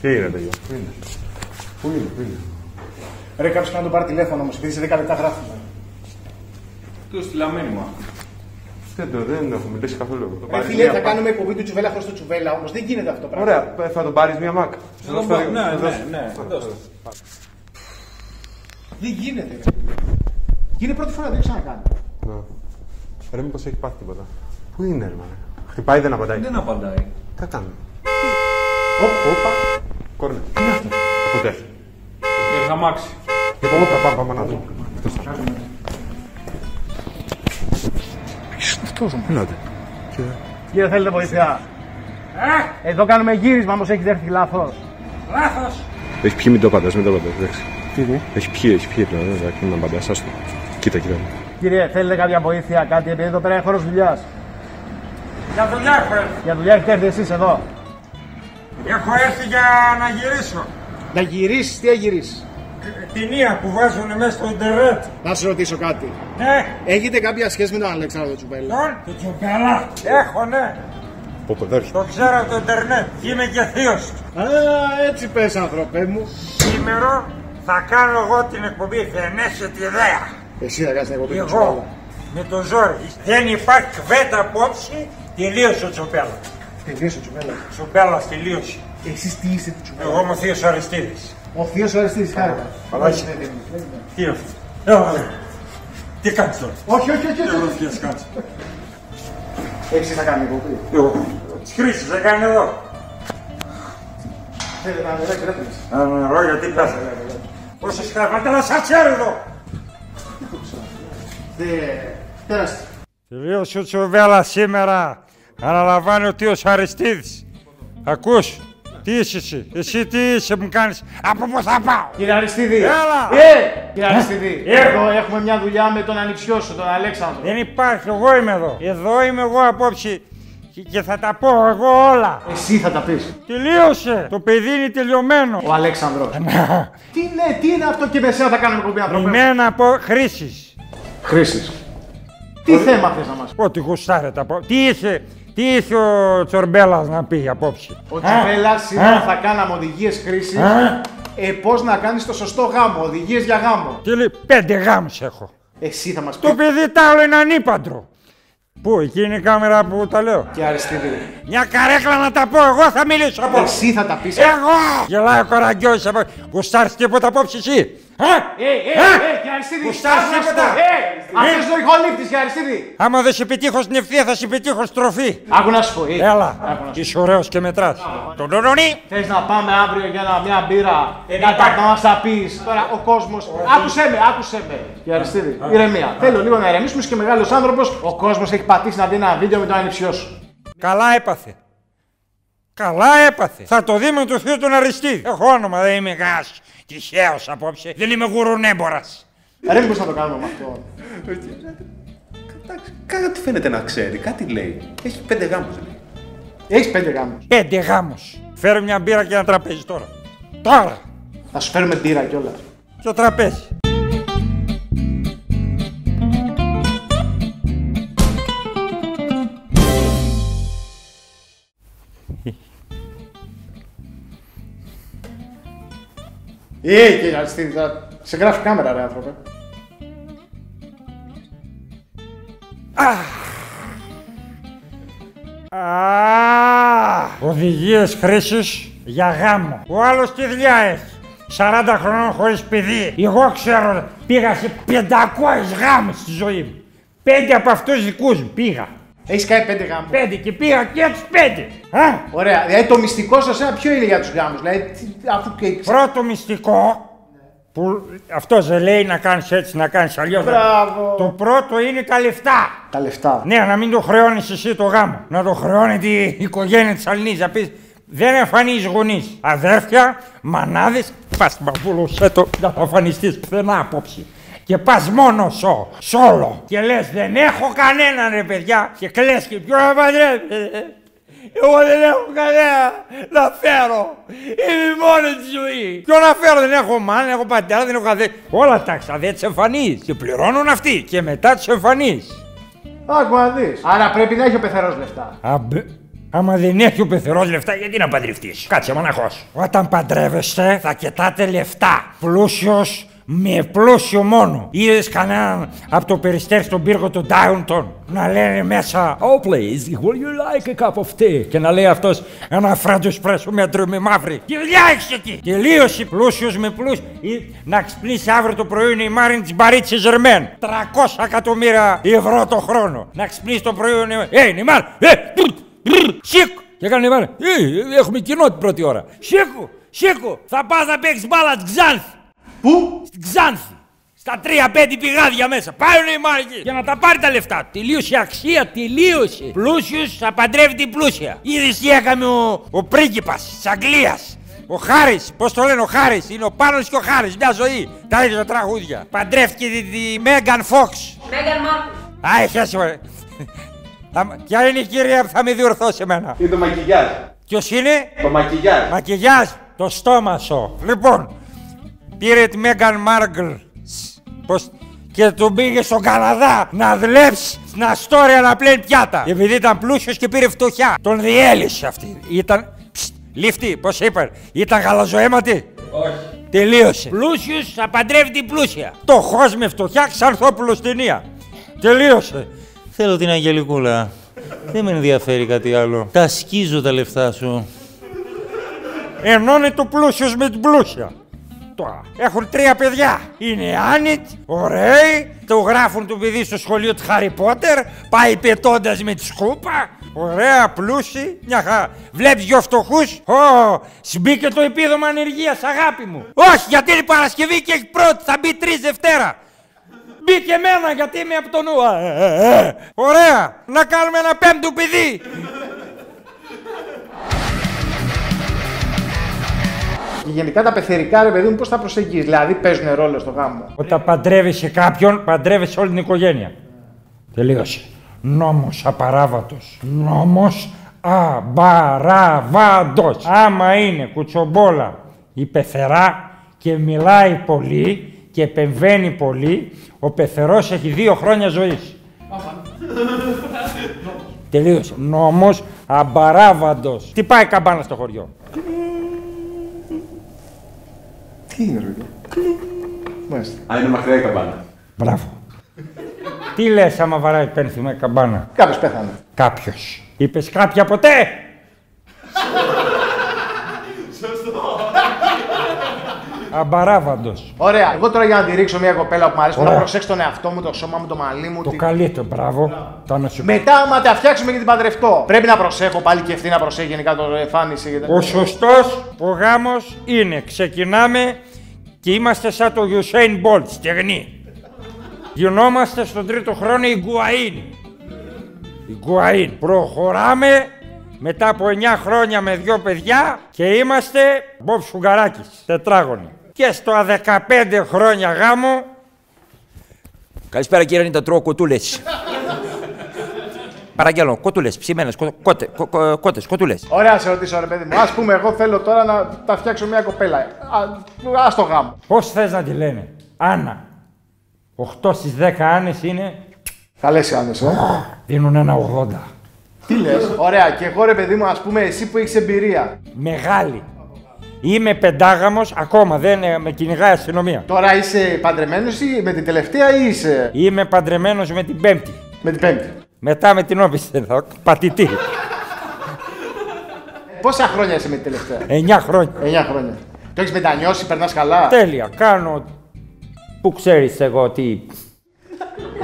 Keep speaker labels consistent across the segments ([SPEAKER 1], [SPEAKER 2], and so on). [SPEAKER 1] Τι είναι, παιδιά.
[SPEAKER 2] Πού είναι. Πού είναι, πού είναι. Ρε, κάποιος να τον πάρει τηλέφωνο όμω, επειδή σε 10 λεπτά γράφουμε.
[SPEAKER 3] Του στυλαμένοι μου.
[SPEAKER 1] Δεν, το, δεν έχω μιλήσει καθόλου.
[SPEAKER 3] Ε,
[SPEAKER 1] Το
[SPEAKER 2] Ρε,
[SPEAKER 1] πάρεις
[SPEAKER 2] φίλε,
[SPEAKER 1] μία
[SPEAKER 2] θα
[SPEAKER 1] πα-
[SPEAKER 2] κάνουμε εκπομπή του τσουβέλα χωρίς το τσουβέλα όμως. Δεν γίνεται αυτό το πράγμα.
[SPEAKER 1] Ωραία, ε, θα τον πάρεις μία μακ.
[SPEAKER 3] Θα τον πάρω, ναι, ναι, ναι, δώστε.
[SPEAKER 2] Δεν γίνεται. Ρε. Είναι πρώτη φορά, δεν ξανακάνω.
[SPEAKER 1] Ρε, μήπως έχει πάθει τίποτα. Πού είναι, ρε, μάνα. Χτυπάει, δεν απαντάει.
[SPEAKER 3] Δεν απαντάει.
[SPEAKER 1] Τι θα κάνουμε. Όπα, όπα. Κόρνε. Τι είναι αυτό. Ποτέ.
[SPEAKER 3] Ήρθα μάξι.
[SPEAKER 1] Λοιπόν, όπα, πάμε, πάμε να δούμε.
[SPEAKER 2] Κύριε, θέλετε βοήθεια. Εδώ κάνουμε γύρισμα, όμως έχει έρθει λάθο.
[SPEAKER 4] Έχει πιει, μην το απαντάς, μην το απαντάς, εντάξει. Τι Έχει πιει, έχει πιει, πλέον, εντάξει, μην το απαντάς, άστο. Κοίτα, κοίτα.
[SPEAKER 2] Κύριε, θέλετε κάποια βοήθεια, κάτι, επειδή εδώ πέρα είναι χώρο δουλειάς.
[SPEAKER 5] Για δουλειά έχω έρθει.
[SPEAKER 2] Για δουλειά έχετε έρθει εσείς εδώ.
[SPEAKER 5] Έχω έρθει για να γυρίσω.
[SPEAKER 2] Να
[SPEAKER 5] Ε,
[SPEAKER 2] γυρίσει, τι αγυρίσει.
[SPEAKER 5] Ταινία που βάζουν μέσα στο Ιντερνετ.
[SPEAKER 2] Να σα ρωτήσω κάτι.
[SPEAKER 5] Ναι,
[SPEAKER 2] Έχετε κάποια σχέση με τον Αλεξάνδρο Τσουμπέλα.
[SPEAKER 5] τον το τσουμπέλα. Έχω, ναι.
[SPEAKER 4] Πω, πω, δέρχει.
[SPEAKER 5] Το ξέρω από το Ιντερνετ. Είμαι και θείος του.
[SPEAKER 2] Α, έτσι πες άνθρωπέ μου.
[SPEAKER 5] Σήμερα θα κάνω εγώ την εκπομπή. Θα ενέσω τη ιδέα.
[SPEAKER 2] Εσύ θα κάνεις την εκπομπή του
[SPEAKER 5] Εγώ.
[SPEAKER 2] Τσουμπέλα.
[SPEAKER 5] Με το ζόρι. Δεν υπάρχει κβέντα απόψη. Τελείωσε ο Τσουμπέλα.
[SPEAKER 2] Τελείωσε ο Τσουμπέλα.
[SPEAKER 5] Τσουμπέλα τελείωσε.
[SPEAKER 2] Εσείς τι είστε του Τσουμπέλα.
[SPEAKER 5] Εγώ είμαι ο θείος Αριστίδης.
[SPEAKER 2] Ο θείος ο Αριστής, χάρηκα.
[SPEAKER 5] Όχι. Θείο. Τι κάνεις τώρα.
[SPEAKER 2] Όχι, όχι, όχι. όχι.
[SPEAKER 5] Εγώ θείος κάτσε.
[SPEAKER 2] Εσείς θα κάνετε εκπομπή.
[SPEAKER 5] Της χρήσης δεν κάνει εδώ.
[SPEAKER 2] Θέλετε να δείτε, κρέτες.
[SPEAKER 5] Ε, Νερό γιατί πέθανε. Πόσε χαρμάτε να σα ξέρω εδώ.
[SPEAKER 2] Πέρασε.
[SPEAKER 5] Τελείωσε ο Τσουβέλας σήμερα. Αναλαμβάνει ο Τίο Αριστίδη. Ακούς, τι είσαι εσύ, εσύ τι είσαι, μου κάνεις, από πού θα πάω.
[SPEAKER 2] Κύριε Αριστίδη.
[SPEAKER 5] Έλα.
[SPEAKER 2] Ε, Ε! κύριε Αριστίδη.
[SPEAKER 5] Ε.
[SPEAKER 2] Εδώ έχουμε μια δουλειά με τον ανοιξιό σου, τον Αλέξανδρο.
[SPEAKER 5] Δεν υπάρχει, εγώ είμαι εδώ. Εδώ είμαι εγώ απόψε και- και θα τα πω εγώ όλα.
[SPEAKER 2] Εσύ θα τα πεις.
[SPEAKER 5] Τελείωσε, το παιδί είναι τελειωμένο.
[SPEAKER 2] Ο Αλέξανδρος. Τι είναι, τι είναι αυτό και με εσένα θα κάνουμε εκπομπή άνθρωπε. μου.
[SPEAKER 5] Μημένα από χρήσεις.
[SPEAKER 2] Χρήσης. Τι θέμα θες να μας πει.
[SPEAKER 5] Ό,τι γουστάρετε από... Τι είσαι, τι είσαι ο Τσορμπέλας να πει απόψε.
[SPEAKER 2] Ο
[SPEAKER 5] Α,
[SPEAKER 2] Τσουβέλα σήμερα
[SPEAKER 5] α.
[SPEAKER 2] θα κάναμε οδηγίες χρήσης.
[SPEAKER 5] Α.
[SPEAKER 2] Ε, Πώς να κάνεις το σωστό γάμο, οδηγίες για γάμο.
[SPEAKER 5] Τι λέει, πέντε γάμους έχω.
[SPEAKER 2] Εσύ θα μας πει.
[SPEAKER 5] Το παιδί τ' άλλο είναι ανύπαντρο. Πού, εκεί είναι η κάμερα που τα λέω.
[SPEAKER 2] Και αριστείδη.
[SPEAKER 5] Μια καρέκλα να τα πω, εγώ θα μιλήσω από.
[SPEAKER 2] Εσύ θα τα πεις.
[SPEAKER 5] Εγώ! Γελάει ο καραγκιόζης από. Γουστάρεις τίποτα απόψε εσύ. Ε,
[SPEAKER 2] Ε, ε, ε,
[SPEAKER 5] ε,
[SPEAKER 2] και αριστείδη.
[SPEAKER 5] Γουστάρεις τίποτα.
[SPEAKER 2] Αυτό Ε, είναι ο ηχολήπτης και αριστείδη.
[SPEAKER 5] Άμα δεν σε πετύχω στην ευθεία θα σε πετύχω στροφή.
[SPEAKER 2] Άκου να σου πω. ε.
[SPEAKER 5] Έλα,
[SPEAKER 2] Άκου να σου
[SPEAKER 5] είσαι ωραίος και μετράς. Τον τονονί.
[SPEAKER 2] πω. Θες να πάμε αύριο για να- μια μπύρα, να τα
[SPEAKER 5] υπάρχει.
[SPEAKER 2] να μας τα πεις. Τώρα ο κόσμος... Άκουσέ με, άκουσέ με. Και αριστείδη, ηρεμία. Θέλω λίγο να ηρεμήσουμε είσαι και μεγάλος άνθρωπος. Ο κόσμος έχει πατήσει να δει ένα βίντεο με τον ανιψιό σου.
[SPEAKER 5] Ναι. Καλά έπαθε. Καλά έπαθε. Θα το δει με το θείο τον Αριστίδη. Έχω όνομα, δεν είμαι γάς. Τυχαίος απόψε. Δεν είμαι γουρουνέμπορας.
[SPEAKER 2] Ε, Ρε μήπως να το κάνουμε με αυτό.
[SPEAKER 6] Εντάξει, κάτι φαίνεται να ξέρει, κάτι λέει. Έχει πέντε γάμους λέει.
[SPEAKER 2] Έχεις πέντε γάμους.
[SPEAKER 5] Πέντε γάμους. Φέρε μια μπύρα και ένα τραπέζι τώρα. Τώρα.
[SPEAKER 2] Θα σου φέρουμε μπύρα κιόλας.
[SPEAKER 5] Και τραπέζι.
[SPEAKER 2] Ε, κύριε Αριστίδη, θα... σε γράφει κάμερα, ρε άνθρωπε.
[SPEAKER 5] Οδηγίες χρήσης για γάμο. Ο άλλος τι δουλειά έχει. 40 χρονών χωρίς παιδί. Εγώ ξέρω, πήγα σε 500 γάμους στη ζωή μου. Πέντε από αυτούς δικούς μου πήγα.
[SPEAKER 2] Έχεις κάνει πέντε γάμους.
[SPEAKER 5] Πέντε και πήγα και τους πέντε. Α,
[SPEAKER 2] Ωραία. Δηλαδή το μυστικό σας ένα ποιο είναι για τους γάμους. Δηλαδή, τι- αφού και.
[SPEAKER 5] πρώτο μυστικό που αυτό δεν λέει να κάνεις έτσι, να κάνεις αλλιώς.
[SPEAKER 2] Μπράβο.
[SPEAKER 5] Το πρώτο είναι τα λεφτά.
[SPEAKER 2] Τα λεφτά.
[SPEAKER 5] Ναι, να μην το χρεώνεις εσύ το γάμο. Να το χρεώνεται η οικογένεια της Αλνής. Να πεις, δεν εμφανίζεις γονείς. Αδέρφια, μανάδες, πας μπαμπούλο, σε το να θα εμφανιστείς πουθενά απόψε. Και πας μόνο σο, σόλο. Και λες, δεν έχω κανέναν ρε παιδιά. Και κλε και ποιο να παντρεύεται. Εγώ δεν έχω κανένα να φέρω. Είμαι μόνη της ζωής. Ποιο να φέρω, δεν έχω μάνα, δεν έχω πατέρα, δεν έχω αδέρφια. Όλα τα ξαδέ τις εμφανίζεις. Και πληρώνουν αυτοί. Και μετά του εμφανίζεις.
[SPEAKER 2] Άκου να δεις. Άρα πρέπει να έχει ο πεθερός λεφτά.
[SPEAKER 5] Αμπε... Άμα δεν έχει ο πεθερός λεφτά, γιατί να παντρευτείς. Κάτσε, μοναχός. Όταν παντρεύεσαι, θα κοιτάτε λεφτά. Πλούσιος με πλούσιο μόνο. Είδες κανέναν από το περιστέρι στον πύργο του Downton να λένε μέσα Oh please, will you like a cup of tea? Και να λέει αυτός ένα φράντο πρέσο με ντρούμι μαύρη. Τι δουλειά έχει εκεί! Τελείωσε πλούσιος με πλούσιο. Ή να ξυπνήσει αύριο το πρωί είναι η Μάριν της Μπαρίτσι Ζερμέν. 300 εκατομμύρια ευρώ το χρόνο. Να ξυπνήσει το πρωί είναι. Ε, είναι η Μάριν. Ε, τουρ, Μπρρ, Σήκω! Και έκανε μάνα. Ε, έχουμε κοινό την πρώτη ώρα. Σήκω! Σήκω! Θα πας να παίξεις μπάλα στην Ξάνθη.
[SPEAKER 2] Πού?
[SPEAKER 5] Στην Ξάνθη. Στα τρία-πέντε πηγάδια μέσα. Πάρουν οι μάρκες για να τα πάρει τα λεφτά. Τελείωσε η αξία, τελείωσε. Πλούσιος θα παντρεύει την πλούσια. Είδες τι έκανε ο, ο πρίγκιπας της Αγγλίας. Ο Χάρης, πώς το λένε ο Χάρης, είναι ο Πάνος και ο Χάρης. Μια ζωή. Τα ίδια τραγούδια. Παντρεύτηκε τη, τη Μέγαν Φόξ.
[SPEAKER 7] Μέγαν Μάρκελ.
[SPEAKER 5] Α, εσύ, ας πούμε. Θα- Ποια είναι η κυρία που θα με διορθώσει εμένα.
[SPEAKER 1] Είναι το μακιγιάζ.
[SPEAKER 5] Ποιος είναι,
[SPEAKER 1] Το μακιγιάζ.
[SPEAKER 5] Μακιγιάζ, το στόμα σου. Λοιπόν, πήρε τη Μέγαν Μάργκλ πως- και τον πήγε στον Καναδά να δουλέψει στην Αστόρια να πλένει πιάτα. Επειδή ήταν πλούσιος και πήρε φτωχιά. Τον διέλυσε αυτή. Ήταν. Ψτ, λίφτη, πώ είπαν. Ήταν γαλαζοαίματη. Όχι. Τελείωσε. Πλούσιος θα παντρεύει την πλούσια. Φτωχό με φτωχιά, ξανθόπουλος ταινία. Τελείωσε.
[SPEAKER 8] Θέλω την Αγγελικούλα. Δεν με ενδιαφέρει κάτι άλλο. Τα σκίζω τα λεφτά σου.
[SPEAKER 5] ενώνει το πλούσιος με την πλούσια. Τώρα έχουν τρία παιδιά. Είναι άνετ, ωραίοι, το γράφουν το παιδί στο σχολείο του Χάρι Πότερ, πάει πετώντας με τη σκούπα. Ωραία, πλούσιοι, μια χαρά. Βλέπεις δυο φτωχούς. Ω, σμπήκε το επίδομα ανεργίας, αγάπη μου. Όχι, γιατί είναι Παρασκευή και έχει πρώτη, θα μπει τρεις Δευτέρα. Μπήκε εμένα γιατί είμαι από τον νου. Ε, ε, ε. Ωραία, να κάνουμε ένα πέμπτο παιδί.
[SPEAKER 2] Και γενικά τα πεθερικά ρε παιδί μου πώς τα προσεγγίζεις. Δηλαδή παίζουν ρόλο στο γάμο.
[SPEAKER 5] Όταν παντρεύεσαι κάποιον, παντρεύεσαι όλη την οικογένεια. Τελείωσε. Νόμος απαράβατος. Νόμος απαράβατος. Άμα είναι κουτσομπόλα η πεθερά και μιλάει πολύ και επεμβαίνει πολύ, ο πεθερός έχει δύο χρόνια ζωής. Τελείωσε. Νόμος απαράβατος. Τι πάει καμπάνα στο χωριό.
[SPEAKER 1] Τι είναι, ρε.
[SPEAKER 2] Μάλιστα.
[SPEAKER 1] Αν είναι μακριά η καμπάνα.
[SPEAKER 5] Μπράβο. Τι λες άμα βαράει πένθυμα η καμπάνα.
[SPEAKER 2] Κάποιος πέθανε.
[SPEAKER 5] Κάποιος. Είπες κάποια ποτέ. Σωστό. Αμπαράβαντος.
[SPEAKER 2] Ωραία. Εγώ τώρα για να τη ρίξω μια κοπέλα που μου αρέσει,
[SPEAKER 5] Ωραία.
[SPEAKER 2] να προσέξω τον εαυτό μου, το σώμα μου, το μαλλί μου.
[SPEAKER 5] Το
[SPEAKER 2] τη-
[SPEAKER 5] καλύτερο, μπράβο. Τα να σου
[SPEAKER 2] Μετά, άμα τα φτιάξουμε και την παντρευτώ, πρέπει να προσέχω πάλι και αυτή να προσέχει γενικά το εμφάνιση. Και... τα-
[SPEAKER 5] Ο σωστός ο γάμος είναι. Ξεκινάμε και είμαστε σαν το Usain Bolt, στεγνή. Γινόμαστε στον τρίτο χρόνο η Γκουαΐν. Η Γκουαΐν. Προχωράμε μετά από 9 χρόνια με δύο παιδιά και είμαστε Μπομπ Σουγκαράκης, τετράγωνοι. Και στο 15 χρόνια γάμο
[SPEAKER 9] Καλησπέρα κύριε Νίτα, τρώω κοτούλες. Παραγγέλνω κοτούλες, ψημένες, κότε, κότες, κοτούλες.
[SPEAKER 2] Ωραία, σε ρωτήσω ρε παιδί μου. Ας πούμε, εγώ θέλω τώρα να τα φτιάξω μια κοπέλα. Α ας το γάμο.
[SPEAKER 5] Πώς θες να τη λένε, Άννα. 8 στι 10 άνες είναι,
[SPEAKER 2] Καλέ οι άντρε, ε.
[SPEAKER 5] δίνουν ένα 80.
[SPEAKER 2] Τι λες. Ωραία, και εγώ ρε παιδί μου, ας πούμε, εσύ που έχεις εμπειρία.
[SPEAKER 5] Μεγάλη. Είμαι πεντάγαμος, ακόμα δεν ε, με κυνηγάει η αστυνομία.
[SPEAKER 2] Τώρα είσαι παντρεμένος ή με την τελευταία ή είσαι
[SPEAKER 5] Είμαι παντρεμένος με την Πέμπτη.
[SPEAKER 2] με την πέμπτη.
[SPEAKER 5] Μετά με την Όπισθεν, θα πατητή.
[SPEAKER 2] Πόσα χρόνια είσαι με την τελευταία.
[SPEAKER 5] 9 χρόνια.
[SPEAKER 2] 9 χρόνια. Το έχεις μετανιώσει, περνάς καλά.
[SPEAKER 5] Τέλεια, κάνω. Πού ξέρεις εγώ τι.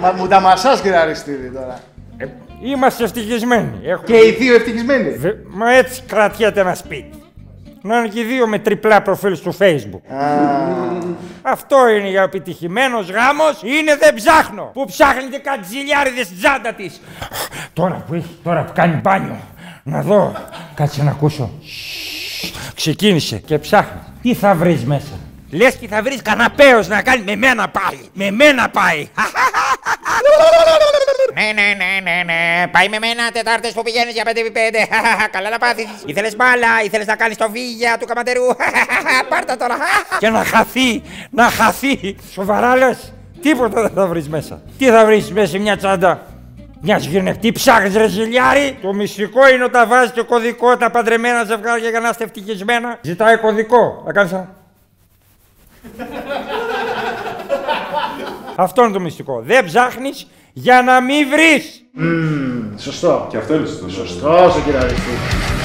[SPEAKER 2] Μα, μου τα μασάς κύριε Αριστίδη τώρα.
[SPEAKER 5] Ε, Είμαστε ευτυχισμένοι. Έχουμε-
[SPEAKER 2] Και οι δύο ευτυχισμένοι.
[SPEAKER 5] Βε- Μα έτσι κρατιέται ένα σπίτι. Να είναι και οι δύο με τριπλά προφίλ στο facebook. Αυτό είναι για επιτυχημένος γάμος. Είναι δεν ψάχνω. Που ψάχνετε κάτι ζηλιάριδε στην τσάντα της. Τώρα που έχει, τώρα που κάνει μπάνιο. Να δω. Κάτσε να ακούσω. Ξεκίνησε και ψάχνει. Τι θα βρει μέσα. Λες και θα βρεις καναπέος να κάνει με μένα πάει. Με μένα πάει.
[SPEAKER 9] Ναι, ναι, ναι, ναι, ναι. Πάει με μένα Τετάρτες που πηγαίνεις για 5x5. Καλά να πάθεις. Ήθελες μπάλα, ήθελες να κάνεις το βίγια του καματερού. Πάρτα τώρα.
[SPEAKER 5] και να χαθεί, να χαθεί. Σοβαρά λες, τίποτα δεν θα βρεις μέσα. Τι θα βρεις μέσα σε μια τσάντα. Μιας γυναικτή ψάχνεις ρε ζηλιάρη. Το μυστικό είναι όταν βάζεις το κωδικό τα παντρεμένα ζευγάρια για να είστε ευτυχισμένα. Ζητάει κωδικό. Θα κάνεις ένα. Αυτό είναι το μυστικό. Δεν ψάχνεις για να μην βρει.
[SPEAKER 2] Σωστό.
[SPEAKER 4] Και αυτό είναι στο
[SPEAKER 2] Σωστό, κύριε Αριστίδη.